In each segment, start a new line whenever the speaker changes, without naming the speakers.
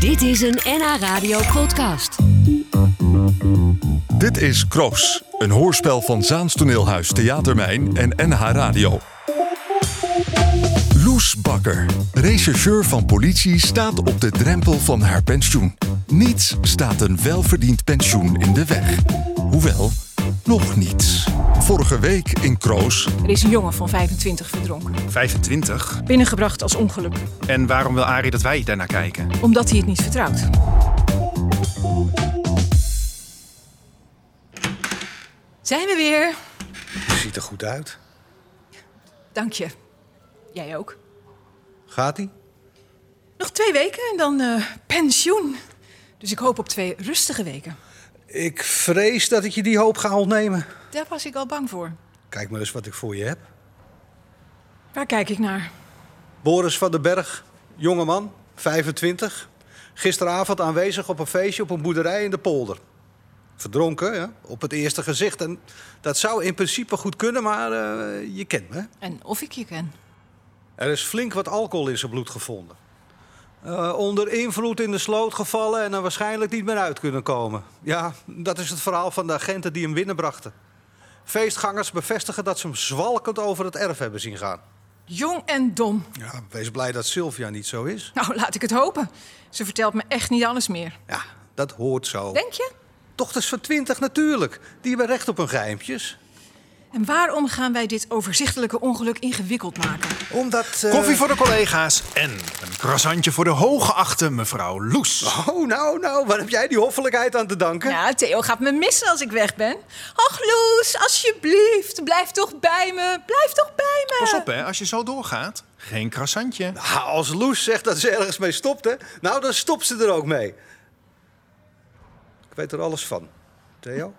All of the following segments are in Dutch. Dit is een NH Radio podcast.
Dit is Kroos, een hoorspel van Zaans Toneelhuis Theatermijn en NH Radio. Loes Bakker, rechercheur van politie, staat op de drempel van haar pensioen. Niets staat een welverdiend pensioen in de weg. Hoewel, nog niets. Vorige week in Kroos
Er is een jongen van 25 verdronken.
25?
Binnengebracht als ongeluk,
En waarom wil Arie dat wij daarnaar kijken?
omdat hij het niet vertrouwt. Zijn we weer?
Ziet er goed uit.
Dank je. Jij ook.
Gaat ie?
Nog twee weken en dan eh, pensioen. Dus ik hoop op twee rustige weken.
Ik vrees dat ik je die hoop ga ontnemen.
Daar was ik al bang voor.
Kijk maar eens wat ik voor je heb.
Waar kijk ik naar?
Boris van den Berg, jongeman, 25. Gisteravond aanwezig op een feestje op een boerderij in de polder. Verdronken, ja, op het eerste gezicht. En dat zou in principe goed kunnen, maar eh, je kent me.
En of ik je ken.
Er is flink wat alcohol in zijn bloed gevonden. Eh, onder invloed in de sloot gevallen en er waarschijnlijk niet meer uit kunnen komen. Ja, dat is het verhaal van de agenten die hem binnenbrachten. Feestgangers bevestigen dat ze hem zwalkend over het erf hebben zien gaan.
Jong en dom.
Ja, wees blij dat Sylvia niet zo is.
Nou, laat ik het hopen. Ze vertelt me echt niet alles meer.
Ja, dat hoort zo.
Denk je?
Dochters van twintig natuurlijk. Die hebben recht op hun geheimpjes.
En waarom gaan wij dit overzichtelijke ongeluk ingewikkeld maken?
Omdat... eh,
Koffie voor de collega's en een croissantje voor de hooggeachte mevrouw Loes.
Oh, nou, nou, waar heb jij die hoffelijkheid aan te danken?
Ja, Nou, Theo gaat me missen als ik weg ben. Och, Loes, alsjeblieft, blijf toch bij me. Blijf toch bij me.
Pas op hè, als je zo doorgaat, geen croissantje.
Ah, Als Loes zegt dat ze ergens mee stopt, hè? Nou, dan stopt ze er ook mee. Ik weet er alles van. Theo?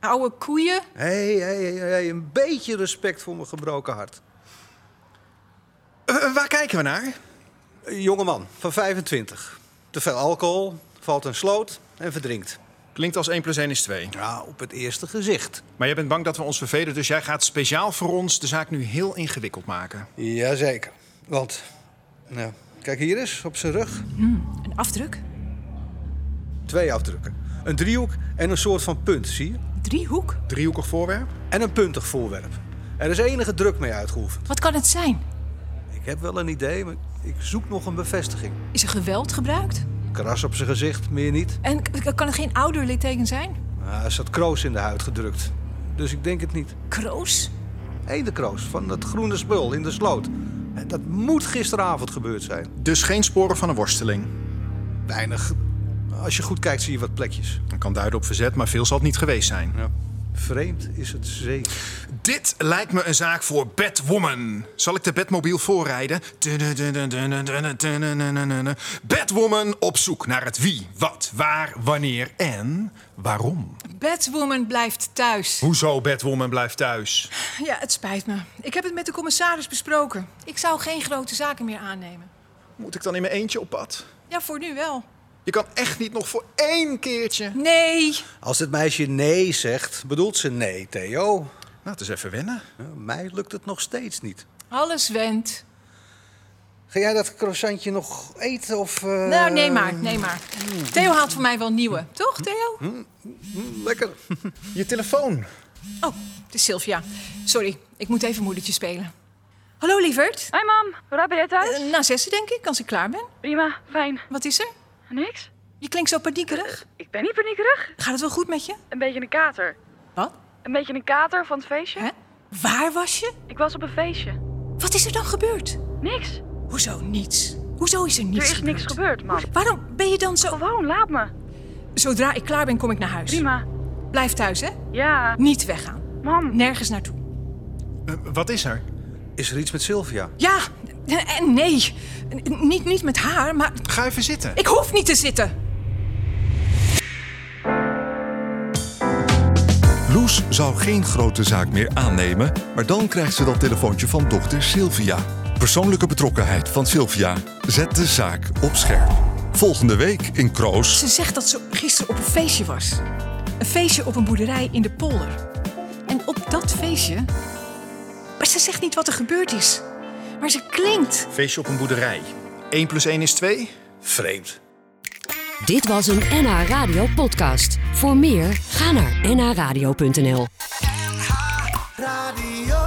Oude koeien.
Hé, hé, hé, hé, een beetje respect voor mijn gebroken hart.
Eh, waar kijken we naar?
Een jongeman van 25. Te veel alcohol, valt een sloot en verdrinkt.
Klinkt als 1 plus 1 is 2.
Ja, op het eerste gezicht.
Maar jij bent bang dat we ons vervelen, dus jij gaat speciaal voor ons de zaak nu heel ingewikkeld maken.
Jazeker. Want, nou, kijk hier eens, op zijn rug.
Een afdruk.
Twee afdrukken. Een driehoek en een soort van punt, zie je?
Driehoek.
Driehoekig voorwerp?
En een puntig voorwerp. Er is enige druk mee uitgeoefend.
Wat kan het zijn?
Ik heb wel een idee, maar ik zoek nog een bevestiging.
Is er geweld gebruikt?
Kras op zijn gezicht, meer niet.
En k- k- kan het geen ouderlitteken zijn?
Maar er zat kroos in de huid gedrukt. Dus ik denk het niet.
Kroos?
Eén kroos van dat groene spul in de sloot. En Dat moet gisteravond gebeurd zijn.
Dus geen sporen van een worsteling.
Weinig. Als je goed kijkt zie je wat plekjes.
Dat kan duiden op verzet, maar veel zal het niet geweest zijn.
Vreemd is het zeker.
Dit lijkt me een zaak voor Batwoman. Zal ik de Batmobiel voorrijden? Batwoman op zoek naar het wie, wat, waar, wanneer en waarom.
Batwoman blijft thuis.
Hoezo Batwoman blijft thuis?
Ja, het spijt me. Ik heb het met de commissaris besproken. Ik zou geen grote zaken meer aannemen.
Moet ik dan in mijn eentje op pad?
Ja, voor nu wel.
Je kan echt niet nog voor één keertje.
Nee.
Als het meisje nee zegt, bedoelt ze nee, Theo.
Nou, het is even wennen.
Nou, Mij lukt het nog steeds niet.
Alles went.
Ga jij dat croissantje nog eten of... eh,
Nou, nee maar, nee maar. Theo haalt voor mij wel nieuwe. Toch, Theo?
Lekker.
Je telefoon.
Oh, het is Sylvia. Sorry, ik moet even moedertje spelen. Hallo, lieverd.
Hoi mam, hoe laat ben jij thuis?
Eh, na zessen, denk ik, als ik klaar ben.
Prima, fijn.
Wat is er?
Niks?
Je klinkt zo paniekerig.
Ik ben niet paniekerig.
Gaat het wel goed met je?
Een beetje een kater.
Wat?
Een beetje een kater van het feestje?
Hè? Waar was je?
Ik was op een feestje.
Wat is er dan gebeurd?
Niks.
Hoezo niets? Hoezo is er
Er
niets
is niks gebeurd, mam.
Waarom ben je dan zo...
Gewoon, laat me.
Zodra ik klaar ben, kom ik naar huis.
Prima.
Blijf thuis, hè?
Ja,
Niet weggaan.
mam.
Nergens naartoe.
Eh, wat is er?
Is er iets met Sylvia?
Ja, en nee. N- Niet, niet met haar, maar
Ga even zitten.
ik hoef niet te zitten.
Loes zou geen grote zaak meer aannemen, maar dan krijgt ze dat telefoontje van dochter Sylvia. Persoonlijke betrokkenheid van Sylvia zet de zaak op scherp. Volgende week in Kroos.
Ze zegt dat ze gisteren op een feestje was. Een feestje op een boerderij in de polder. En op dat feestje... Maar ze zegt niet wat er gebeurd is. Maar ze klinkt.
Feestje op een boerderij. 1 plus 1 is 2?
Vreemd.
Dit was een NH Radio podcast. Voor meer, ga naar nhradio.nl.
NH Radio.